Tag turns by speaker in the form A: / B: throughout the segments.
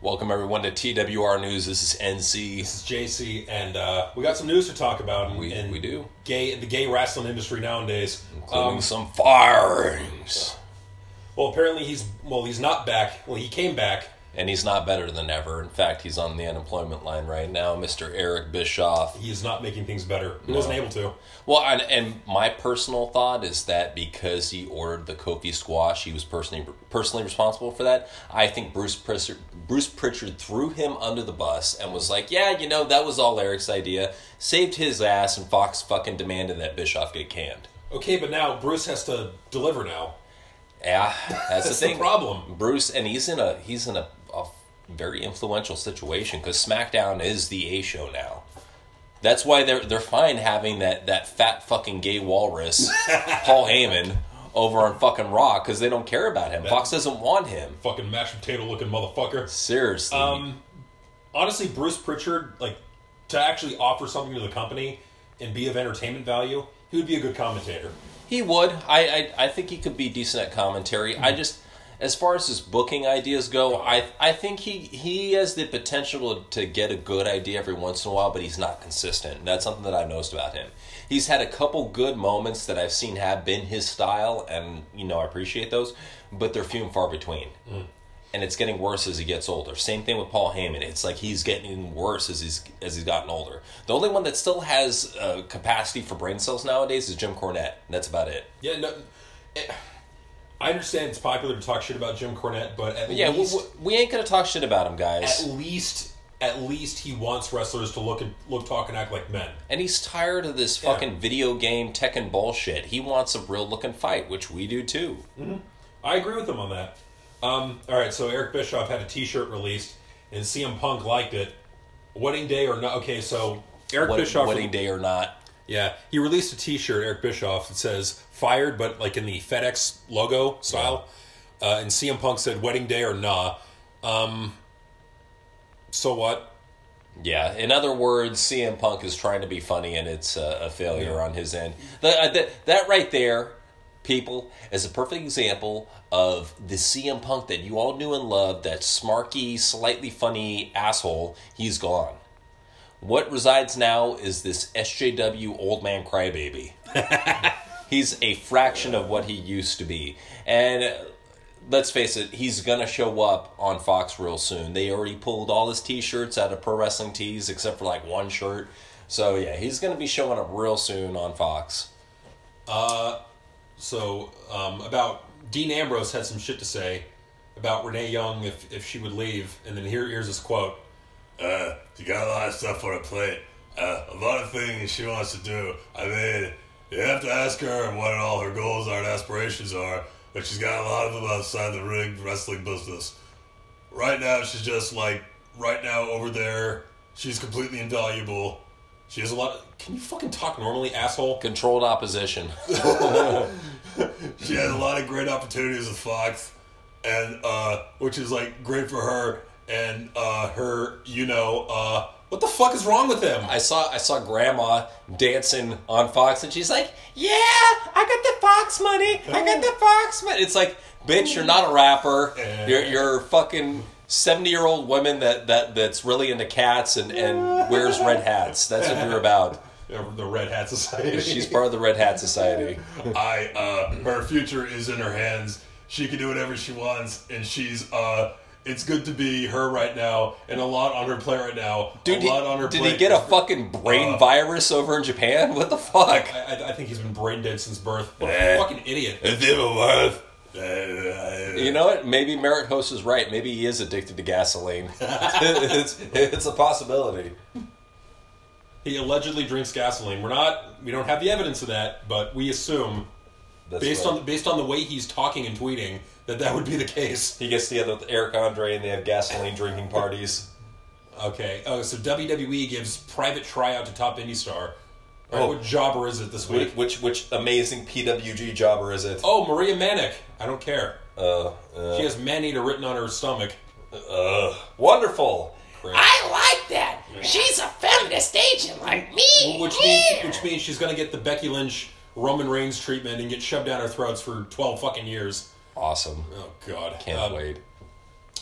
A: Welcome everyone to TWR News. This is NC.
B: This is JC, and uh, we got some news to talk about. And,
A: We-
B: and
A: we do.
B: Gay the gay wrestling industry nowadays.
A: Including
B: Um,
A: some firings.
B: well, apparently he's well, he's not back. Well, he came back.
A: And he's not better than ever. In fact, he's on the unemployment line right now, Mr. Eric Bischoff.
B: He is not making things better. He wasn't able to.
A: Well, and, and my personal thought is that because he ordered the Kofi squash, he was personally personally responsible for that. I think Bruce Pritchard, Bruce Pritchard threw him under the bus and was like, "Yeah, you know, that was all Eric's idea." Saved his ass, and Fox fucking demanded that Bischoff get canned.
B: Okay, but now Bruce has to deliver now.
A: Yeah, that's,
B: That's
A: the
B: the
A: thing.
B: problem.
A: Bruce, and he's in a he's in a, a very influential situation because SmackDown is the A show now. That's why they're they're fine having that that fat fucking gay walrus Paul Heyman over on fucking Raw because they don't care about him. Fox doesn't want him.
B: Fucking mashed potato looking motherfucker.
A: Seriously,
B: Um, honestly, Bruce Pritchard, like, to actually offer something to the company and be of entertainment value, he would be a good commentator.
A: he would. I, I I think he could be decent at commentary. I just. As far as his booking ideas go, I I think he, he has the potential to get a good idea every once in a while, but he's not consistent. And that's something that I've noticed about him. He's had a couple good moments that I've seen have been his style, and you know I appreciate those, but they're few and far between. And it's getting worse as he gets older. Same thing with Paul Heyman. It's like he's getting worse as he's as he's gotten older. The only one that still has uh, capacity for brain cells nowadays is Jim Cornette. And that's about it.
B: Yeah, no. eh, I understand it's popular to talk shit about Jim Cornette, but at
A: Yeah, we,
B: least.
A: we- we ain't gonna talk shit about him, guys.
B: at least at least he wants wrestlers to look and look talk and act like men
A: and he's tired of this fucking video game Tekken bullshit. He wants a real looking fight, which we do too.
B: i agree with him on that um, all right so eric bischoff had a t-shirt released and cm punk liked it wedding day or not okay so eric
A: What,
B: bischoff
A: wedding day or not?
B: yeah he released a t-shirt eric bischoff that says fired but like in the fedex logo style uh, and cm punk said wedding day or nah um, so what
A: Yeah. In other words, CM Punk is trying to be funny, and it's a, a failure on his end. The, uh, that that right there, people, is a perfect example of the CM Punk that you all knew and loved. That smarky, slightly funny asshole. He's gone. What resides now is this SJW old man crybaby. he's a fraction of what he used to be, and. uh, let's face it, he's gonna show up on Fox real soon. They already pulled all his T-shirts out of pro wrestling tees, except for like one shirt. So yeah, he's gonna be showing up real soon on Fox.
B: So um, about Dean Ambrose had some shit to say about Renee Young if if she would leave, and then here here's his quote.
C: Uh, she got a lot of stuff on her plate. Uh, a lot of things she wants to do. I mean, you have to ask her what all her goals are and aspirations are, but she's got a lot of them outside the ring wrestling business. Right now, she's just like, right now over there, she's completely invaluable.
B: She has a lot. Of, Can you fucking talk normally, asshole?
A: Controlled opposition.
C: She has a lot of great opportunities with Fox, and uh, which is like great for her and uh, her, you know, uh,
B: What the fuck is wrong with him?
A: I saw I saw Grandma dancing on Fox, and she's like, "Yeah, I got the Fox money. I got the Fox money." It's like, bitch, you're not a rapper. You're you're a fucking. 70 year old woman that, that that's really into cats and, and wears red hats. That's what you're about.
B: The Red Hat Society.
A: She's part of the Red Hat Society.
C: I uh her future is in her hands. She can do whatever she wants and she's uh it's good to be her right now and a lot on her plate right now.
A: Dude,
C: a lot on her
A: did
C: plate. Uh.
A: he get a fucking brain virus over in Japan? What the fuck?
B: I, I, I think he's been brain dead since birth. What a
C: Eh.
B: fucking idiot.
C: Is it worth?
A: You know what? Maybe Merritt Host is right. Maybe he is addicted to gasoline. it's, it's a possibility.
B: He allegedly drinks gasoline. We're not. We don't have the evidence of that, but we assume
A: That's
B: based
A: right.
B: on based on the way he's talking and tweeting that that would be the case.
A: he gets together with Eric Andre and they have gasoline drinking parties.
B: Okay. Oh, so WWE gives private tryout to top indie star. All right,
A: Oh.
B: What jobber is it this
A: Which,
B: week?
A: which which amazing PWG jobber is it?
B: Oh, Maria Manic. I don't care.
A: Uh, uh,
B: She has Maneater written on her stomach.
A: uh, wonderful.
D: I like that. She's a feminist agent like me.
B: Which means, which means she's gonna get the Becky Lynch Roman Reigns treatment and get shoved down our throats for twelve fucking years.
A: Awesome.
B: Oh God.
A: Can't
B: Um,
A: wait.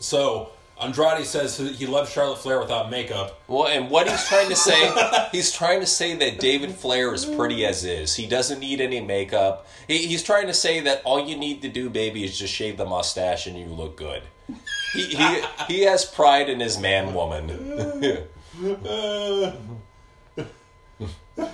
B: So, Andrade says he loves Charlotte Flair without makeup.
A: Well, and what he's trying to say, he's trying to say that David Flair is pretty as is. He doesn't need any makeup. He, he's trying to say that all you need to do, baby, is just shave the mustache and you look good. He he, he has pride in his man woman.
B: Uh,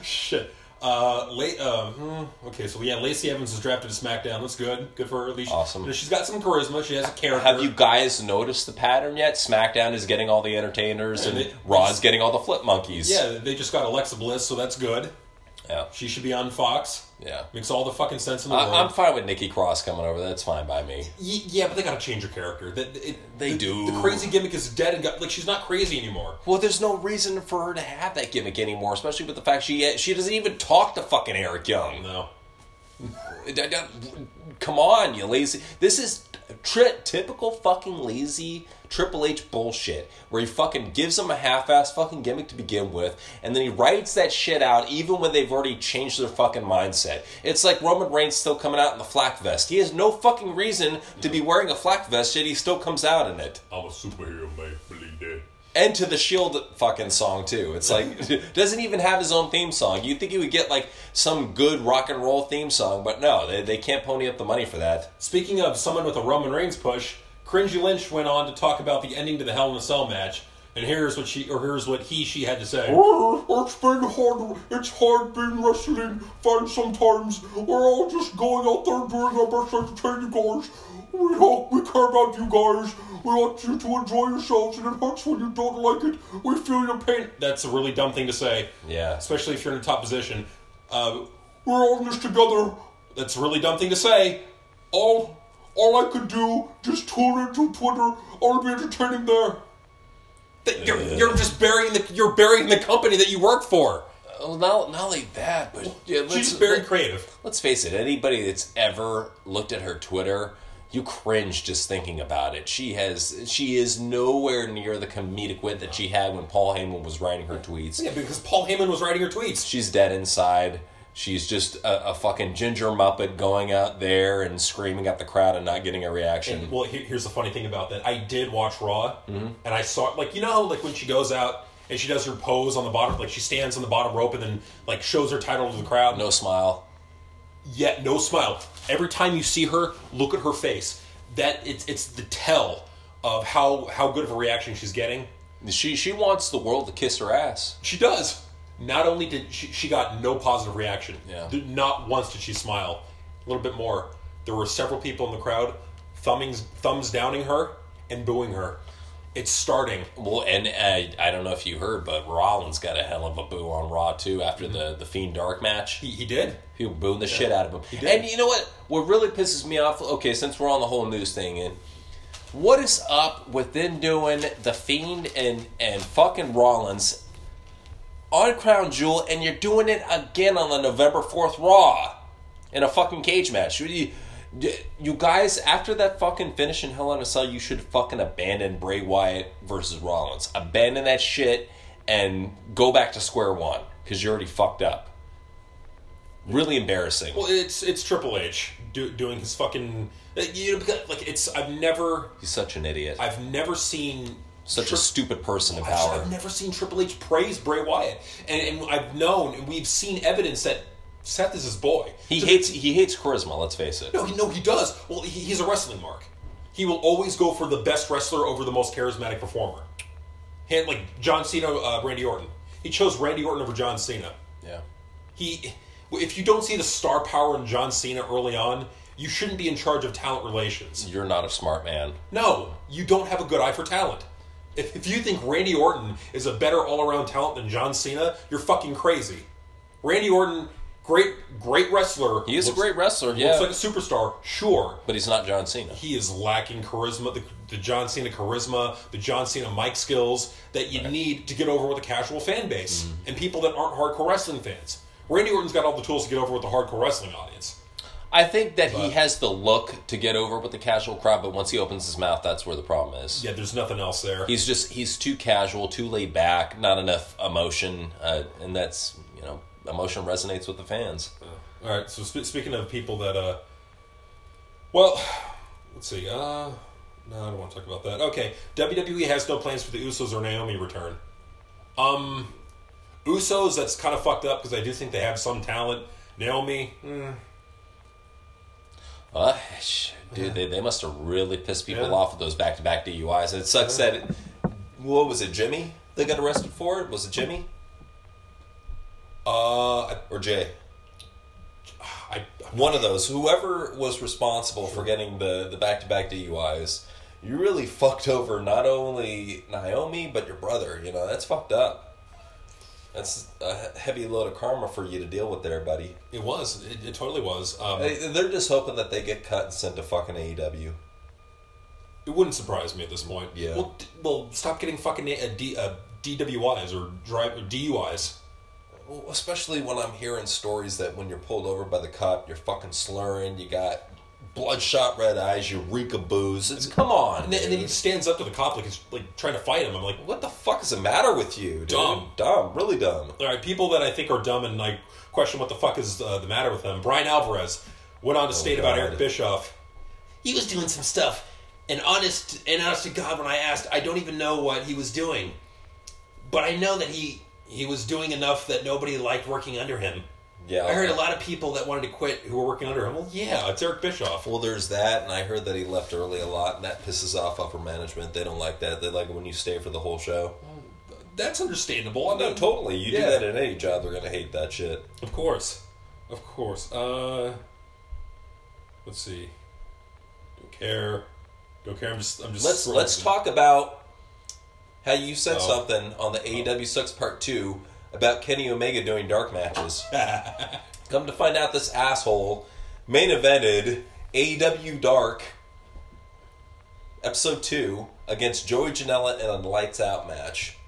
B: shit. Uh, late. Uh, hmm, okay, so yeah, Lacey Evans is drafted to SmackDown. That's good. Good for her. At least
A: Awesome.
B: you know, she's got some charisma. She has a character.
A: Have you guys noticed the pattern yet? SmackDown is getting all the entertainers
B: And
A: and
B: it-
A: Raw's getting all the flip monkeys.
B: Yeah, they just got Alexa Bliss, so that's good.
A: Yeah.
B: She should be on Fox.
A: Yeah.
B: Makes all the fucking sense in the
A: I,
B: world.
A: I'm fine with Nikki Cross coming over. That's fine by me.
B: Y- yeah, but they gotta change her character. That it,
A: They
B: the,
A: do.
B: The crazy gimmick is dead and got like she's not crazy anymore.
A: Well, there's no reason for her to have that gimmick anymore, especially with the fact she she doesn't even talk to fucking Eric Young.
B: No.
A: D- d- Come on, you lazy. This is tri- typical fucking lazy Triple H bullshit where he fucking gives him a half ass fucking gimmick to begin with, and then he writes that shit out even when they've already changed their fucking mindset. It's like Roman Reigns still coming out in the flak vest. He has no fucking reason to be wearing a flak vest, yet he still comes out in it.
C: I'm a superhero, man. Believe that.
A: and to the shield E fucking song too it's like doesn't even have his own theme song you'd think he would get like some good rock and roll theme song but no they, they can't pony up the money for that
B: Speaking of someone with a Roman Reigns push, Cringy Lynch went on to talk about the ending to the Hell in a Cell match, and here's what she or here's what he she had to say.
C: It's been hard. It's hard being wrestling fan sometimes. We're all just going out there and doing our best to entertain you guys. We hope we care about you guys. We want you to enjoy yourselves, and it hurts when you don't like it. We feel your pain.
B: That's a really dumb thing to say.
A: yeah
B: Especially if you're in a top position. Uh, we're all in this together. That's a really dumb thing to say.
C: All, all I could do just tune into Twitter. I'll be entertaining there.
B: That you're, you're just burying the you're burying the company that you work for.
A: well not, not only that but yeah, let's,
B: She's very
A: let-
B: creative.
A: let's face it anybody that's ever looked at her twitter you cringe just thinking about it she has she is nowhere near the comedic wit that she had when paul heyman was writing her tweets
B: Yeah, because Paul Heyman was writing her tweets.
A: She's dead inside. She's just a, a fucking ginger muppet going out there and screaming at the crowd and not getting a reaction.
B: Well, here, here's the funny thing about that. I did watch Raw, and I saw like you know how, like when she goes out and she does her pose on the bottom, like she stands on the bottom rope and then like shows her title to the crowd.
A: No smile.
B: yet no smile. Every time you see her, look at her face. That it's it's the tell of how how good of a reaction she's getting.
A: She she wants the world to kiss her ass.
B: She does. Not only did she, she got no positive reaction.
A: Yeah.
B: Did- Not once did she smile. A little bit more. There were several people in the crowd thumbings thumbs downing her and booing her. It's starting.
A: Well, and I, I don't know if you heard, but Rollins got a hell of a boo on Raw too after the the Fiend Dark match.
B: He, he did.
A: People booing the shit out of him.
B: did.
A: And you know what? What really pisses me off? Okay, since we're on the whole news thing, and what is up with them doing the Fiend and and fucking Rollins on Crown Jewel, and you're doing it again on the November fourth Raw in a fucking cage match? You, you- you guys, after that fucking finish in Hell in a Cell, you should fucking abandon Bray Wyatt versus Rollins. Abandon that shit and go back to square one because you're already fucked up. Really embarrassing.
B: Well, it's it's Triple H do, doing his fucking uh, you know because, like it's I've never
A: He's such an idiot.
B: I've never seen
A: such a
B: Tri-
A: stupid person in
B: I've-
A: power.
B: I've never seen Triple H praise Bray Wyatt, and, and I've known and we've seen evidence that Seth is his boy.
A: He
B: So
A: hates he hates charisma. Let's face it.
B: No, he, no, he does. Well, he, he's a wrestling mark. He will always go for the best wrestler over the most charismatic performer. Him, like John Cena, uh, Randy Orton. He chose Randy Orton over John Cena.
A: Yeah.
B: He, if you don't see the star power in John Cena early on, you shouldn't be in charge of talent relations.
A: You're not a smart man.
B: No, you don't have a good eye for talent. If, if you think Randy Orton is a better all around talent than John Cena, you're fucking crazy. Randy Orton, great great wrestler.
A: He is a great wrestler, yeah.
B: Looks like a superstar, sure.
A: But he's not John Cena.
B: He is lacking charisma, the, the John Cena charisma, the John Cena mic skills that you need to get over with a casual fan base
A: Mm-hmm.
B: and people that aren't hardcore wrestling fans. Randy Orton's got all the tools to get over with the hardcore wrestling audience.
A: I think that he has the look to get over with the casual crowd, but once he opens his mouth, that's where the problem is.
B: Yeah, there's nothing else there.
A: He's just he's too casual, too laid back, not enough emotion, uh, and that's you know emotion resonates with the fans.
B: All right. So sp- speaking of people that, uh, well, let's see. Uh, No, I don't want to talk about that. Okay, WWE has no plans for the Usos or Naomi return. Um, Usos, that's kind of fucked up because I do think they have some talent. Naomi, mm,
A: Uh, sh- dude, they, they must have really pissed people
B: Yeah.
A: off with those back to back DUIs. And it sucks that, it, what was it, Jimmy? They got arrested for it? Was it Jimmy
B: uh, I,
A: or Jay?
B: I,
A: One of those. Whoever was responsible for getting the the back to back DUIs, you really fucked over not only Naomi but your brother. You know that's fucked up. That's a heavy load of karma for you to deal with there, buddy.
B: it was, it, it totally was. Um,
A: They- They're just hoping that they get cut and sent to fucking E AEW.
B: It wouldn't surprise me at this point.
A: Yeah.
B: Well, d- well stop getting fucking a, a D, uh DWIs or drive or DUIs.
A: Well, especially when I'm hearing stories that when you're pulled over by the cop, you're fucking slurring, you got bloodshot red eyes, you reek of booze. It's come on,
B: And then, and then he
A: dude.
B: stands up to the cop like he's like trying to fight him. I'm like,
A: what the fuck is the matter with you? Dude?
B: Dumb.
A: dumb, really dumb.
B: all right, people that I think are dumb and like question what the fuck is uh, the matter with them. Brian Alvarez went on to state about
A: God.
B: Eric Bischoff. He was doing some stuff, and honest and honest to God, when I asked, I don't even know what he was doing, but I know that he he was doing enough that nobody liked working under him.
A: Yeah,
B: I heard a lot of people that wanted to quit who were working under him. Well, yeah, it's Eric Bischoff.
A: Well, there's that, and I heard that he left early a lot, and that pisses off upper management. They don't like that. They like it when you stay for the whole show.
B: That's understandable. I'm
A: No,
B: not
A: totally. You
B: Yeah.
A: do that in any job, they're gonna hate that shit.
B: Of course. Of course. Uh let's see. Don't care. Don't care. I'm just I'm just
A: Let's
B: scrolling.
A: let's talk about how you said
B: Oh.
A: something on the AEW sucks part two about Kenny Omega doing dark matches. Come to find out, this asshole main evented AEW Dark episode two against Joey Janela in a lights out match.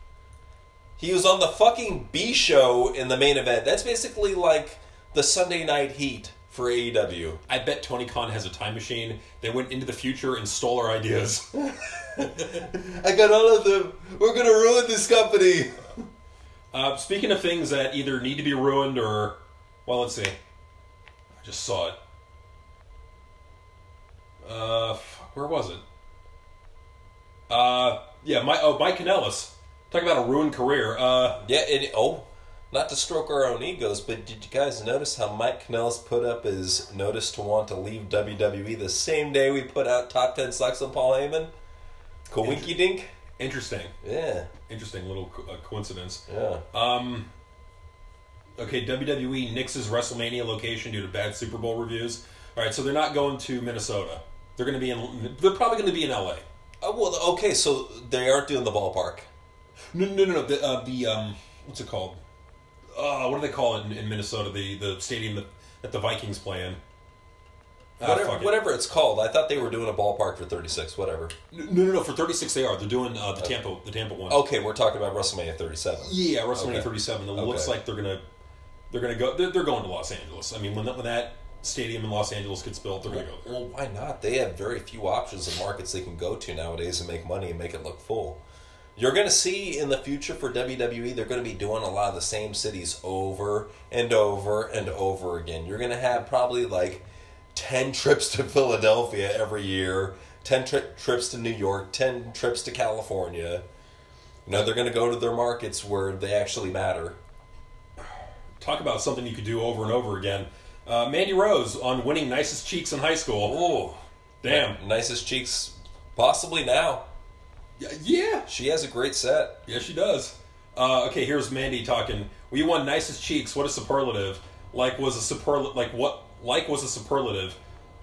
A: He was on the fucking B show in the main event. That's basically like the Sunday Night Heat for E AEW.
B: I bet Tony Khan has a time machine. They went into the future and stole our ideas.
A: I got all of them. We're gonna ruin this company.
B: uh, speaking of things that either need to be ruined or well, let's see. I just saw it. Uh fuck, where was it? Uh yeah, my oh Mike Kanellis. Talk about a ruined career. Uh
A: Yeah, and oh, not to stroke our own egos, but did you guys notice how Mike Kanellis put up his notice to want to leave WWE the same day we put out Top 10 Sucks on Paul Heyman? Kawinky dink?
B: interesting.
A: Yeah,
B: Interesting little co- uh, coincidence.
A: yeah.
B: Um, okay, WWE nixes WrestleMania location due to bad Super Bowl reviews. All right, so they're not going to Minnesota. They're going to be in. They're probably going to be in LA.
A: Oh, well, okay, so they aren't doing the ballpark.
B: No, no, no, no. The, uh, the um, what's it called? Uh, what do they call it in, in Minnesota? The the stadium that, that the Vikings play in. Ah,
A: Whatever,
B: fuck it.
A: whatever it's called. I thought they were doing a ballpark for 36, whatever.
B: No, no, no. For thirty six, they are. They're doing uh, the Tampa the Tampa one.
A: Okay, we're talking about WrestleMania 37.
B: Yeah, WrestleMania
A: Oh, Okay.
B: 37. It looks
A: Okay.
B: like they're gonna they're gonna go. They're, they're going to Los Angeles. I mean, when that, when that stadium in Los Angeles gets built, they're gonna go there.
A: Well, why not? They have very few options of markets they can go to nowadays and make money and make it look full. You're going to see in the future for WWE, they're going to be doing a lot of the same cities over and over and over again. You're going to have probably like 10 trips to Philadelphia every year, 10 tri- trips to New York, 10 trips to California. You know, they're going to go to their markets where they actually matter.
B: Talk about something you could do over and over again. Uh, Mandy Rose on winning nicest cheeks in high school. Oh, damn.
A: Nicest cheeks possibly now.
B: Y- Yeah,
A: She has a great set.
B: yeah, she does. Uh, okay, here's Mandy talking. We won nicest cheeks. What a superlative! Like was a superlative. Like what? Like was a superlative.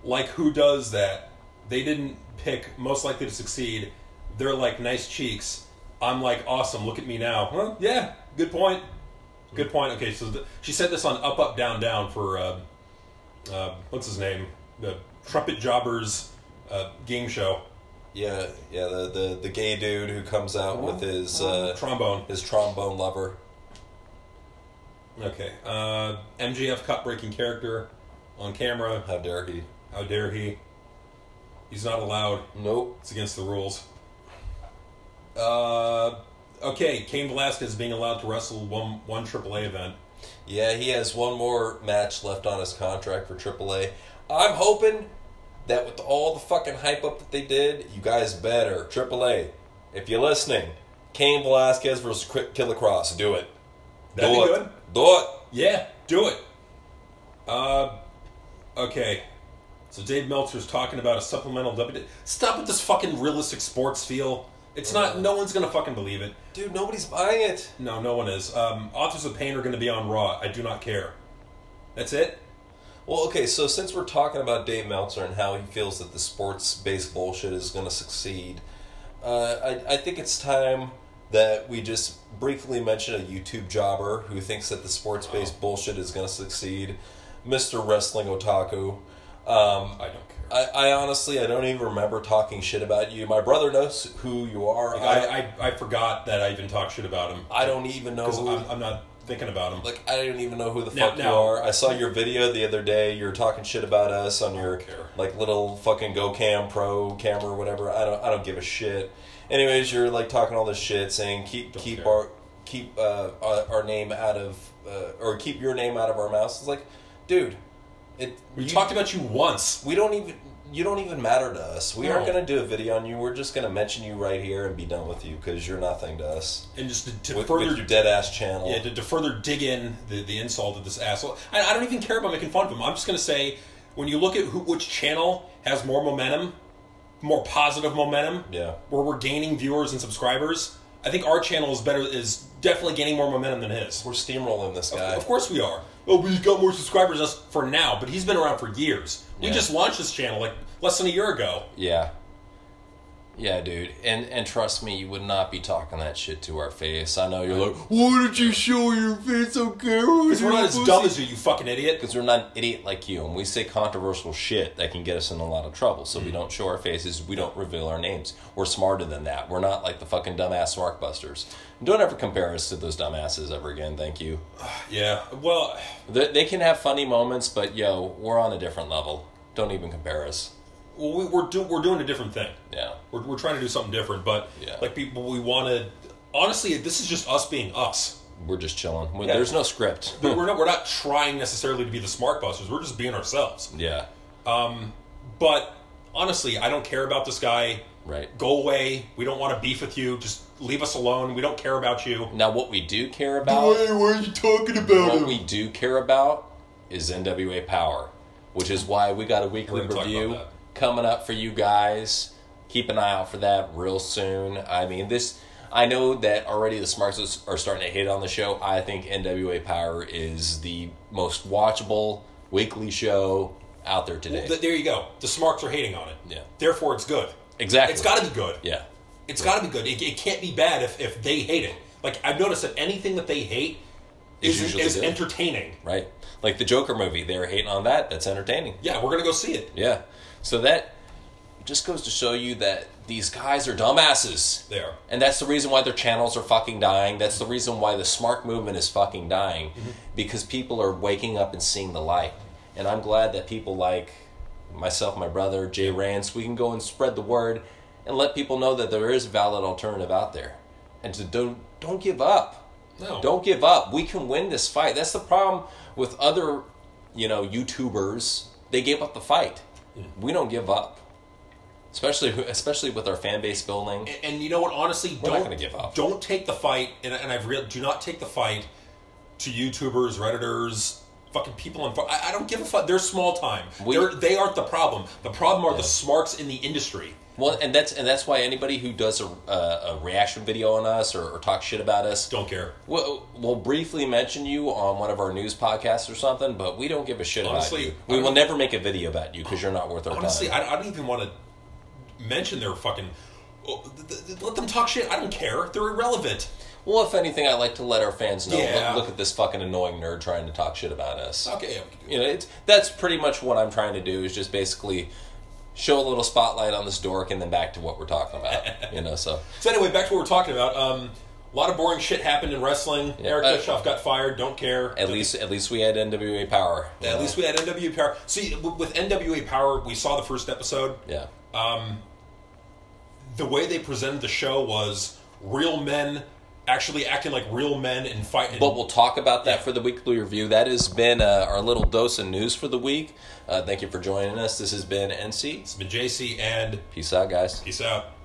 B: Like who does that? They didn't pick most likely to succeed. They're like nice cheeks. I'm like awesome. Look at me now. Huh? Yeah. Good point. Good point. Okay, so th- she said this on Up Up Down Down for uh, uh, what's his name? The Trumpet Jobbers uh, game show.
A: Yeah, yeah, the, the, the gay dude who comes out with his uh,
B: Trombone.
A: his trombone lover.
B: Okay. Uh, MGF cut breaking character on camera.
A: How dare he?
B: How dare he? He's not allowed.
A: Nope.
B: It's against the rules. Uh, okay. Cain Velasquez being allowed to wrestle one one AAA event.
A: Yeah, he has one more match left on his contract for AAA. I'm hoping that with all the fucking hype up that they did, you guys better AAA. If you're listening, Cain Velasquez versus Cri- Killer Cross, do it.
B: That'd
A: do
B: be
A: it.
B: good.
A: Do it.
B: Yeah, do it. Uh, okay. So Dave Meltzer's talking about a supplemental W. Stop with this fucking realistic sports feel. It's not. No one's gonna fucking believe it.
A: Dude, nobody's buying it.
B: No, no one is. Um, Authors of Pain are gonna be on Raw. I do not care. That's it.
A: Well, okay, so since we're talking about Dave Meltzer and how he feels that the sports based bullshit is going to succeed, uh, I, I think it's time that we just briefly mention a YouTube jobber who thinks that the sports based bullshit is going to succeed Mr. Wrestling Otaku. Um,
B: I don't care.
A: I, I honestly, I don't even remember talking shit about you. My brother knows who you are. I,
B: I, I, I forgot that I even talked shit about him.
A: I, don't even know
B: Because
A: who.
B: I'm, I'm not thinking about him.
A: Like I don't even know who the
B: Now-
A: fuck
B: now-
A: you are. I saw your video the other day. You're talking shit about us on your
B: care.
A: like little fucking GoCam Pro camera, or whatever. I don't. I don't give a shit. Anyways, you're like talking all this shit, saying keep keep
B: care.
A: our keep uh, our, our name out of uh, or keep your name out of our mouths. It's like, dude, it.
B: we
A: you-
B: talked about you once.
A: We don't even. You don't even matter to us. We aren't
B: No.
A: going to do a video on you. We're just going to mention you right here and be done with you because you're nothing to us.
B: And just to, to
A: With,
B: further
A: with dead ass channel.
B: Yeah, to, to further dig in the, the insult of this asshole. I, I don't even care about making fun of him. I'm just going to say, when you look at who, which channel has more momentum, more positive momentum,
A: Yeah.
B: where we're gaining viewers and subscribers, I think our channel is better is definitely gaining more momentum than his.
A: We're steamrolling this guy.
B: Of course we are. Oh, we got more subscribers than us for now, but he's been around for years. We
A: Yeah.
B: just launched this channel like less than a year ago.
A: Yeah. Yeah, dude. And and trust me, you would not be talking that shit to our face. I know you're like, why did you show your face on camera?
B: Because we're not as dumb as you, you fucking idiot.
A: because we're not an idiot like you, and we say controversial shit that can get us in a lot of trouble. So we don't show our faces, we don't reveal our names. We're smarter than that. We're not like the fucking dumbass smartbusters. Don't ever compare us to those dumbasses ever again. Thank you.
B: Yeah. Well,
A: They, they can have funny moments, but yo, we're on a different level. Don't even compare us.
B: we, we're do, we're doing a different thing.
A: Yeah.
B: We're, we're trying to do something different, but
A: Yeah.
B: like people, we want to. Honestly, this is just us being us.
A: We're just chilling. We- There's no script.
B: But we're not we're not trying necessarily to be the smart busters. We're just being ourselves.
A: yeah.
B: But honestly, I don't care about this guy.
A: Right.
B: Go away. We don't want to beef with you. Just leave us alone. We don't care about you.
A: Now, what we do care about,
C: why are you talking about
A: what we do care about, is NWA Power, which is why we got a weekly
B: We're gonna talk
A: review
B: about
A: coming up for you guys. Keep an eye out for that real soon. I mean, this. I know that already the smarts are starting to hate on the show. I think NWA Power is the most watchable weekly show out there today.
B: Th- there you go. The smarks are hating on it.
A: Yeah.
B: Therefore, it's good.
A: exactly.
B: It's got to be good.
A: Yeah.
B: It's got to be good. It, it can't be bad if, if they hate it. Like I've noticed that anything that they hate
A: Is
B: is
A: usually
B: is
A: good.
B: entertaining.
A: Right. Like the Joker movie, they were hating on that. That's entertaining.
B: Yeah, we're gonna go see it.
A: Yeah. So that just goes to show you that these guys are dumbasses.
B: They are.
A: And that's the reason why their channels are fucking dying. That's the reason why the smart movement is fucking dying. Because people are waking up and seeing the light. And I'm glad that people like myself, my brother, Jay Rance, we can go and spread the word and let people know that there is a valid alternative out there. And to don't don't give up.
B: No.
A: Don't give up. We can win this fight. That's the problem with other, you know, YouTubers. They gave up the fight. We don't give up. Especially especially with our fan base building.
B: And, and you know what? Honestly,
A: We're not
B: don't
A: gonna give up.
B: Don't take the fight, and, and I've real do not take the fight to YouTubers, redditors, fucking people on. I, I don't give a fuck. They're small time.
A: We-
B: They're, they aren't the problem. The problem are the smarks in the industry.
A: Well, and that's and that's why anybody who does a, a, a reaction video on us or, or talks shit about us,
B: Don't care.
A: we'll, we'll briefly mention you on one of our news podcasts or something. But we don't give a shit
B: Honestly,
A: about you. We
B: I-
A: will never make a video about you because you're not worth our
B: Honestly,
A: time.
B: I, I don't even want to mention their fucking. oh, th- th- th- Let them talk shit. I don't care. They're irrelevant.
A: well, if anything, I like to let our fans know. "Look-
B: Yeah.
A: Look, at this fucking annoying nerd trying to talk shit about us.
B: Okay, yeah, we can do
A: You know, it's that's pretty much what I'm trying to do is just basically show a little spotlight on this dork and then back to what we're talking about. you know, so
B: So anyway, back to what we're talking about. Um, a lot of boring shit happened in wrestling. Eric
A: Uh,
B: Bischoff got fired. Don't care.
A: at least at least we had NWA power. you
B: At
A: know?
B: least we had NWA Power. See, w- with NWA Power, we saw the first episode.
A: yeah.
B: Um, The way they presented the show was real men actually acting like real men and fighting.
A: But we'll talk about that for the weekly review. That has been uh, our little dose of news for the week. Uh, thank you for joining us. This has been NC.
B: it's been JC and
A: Peace out, guys.
B: peace out.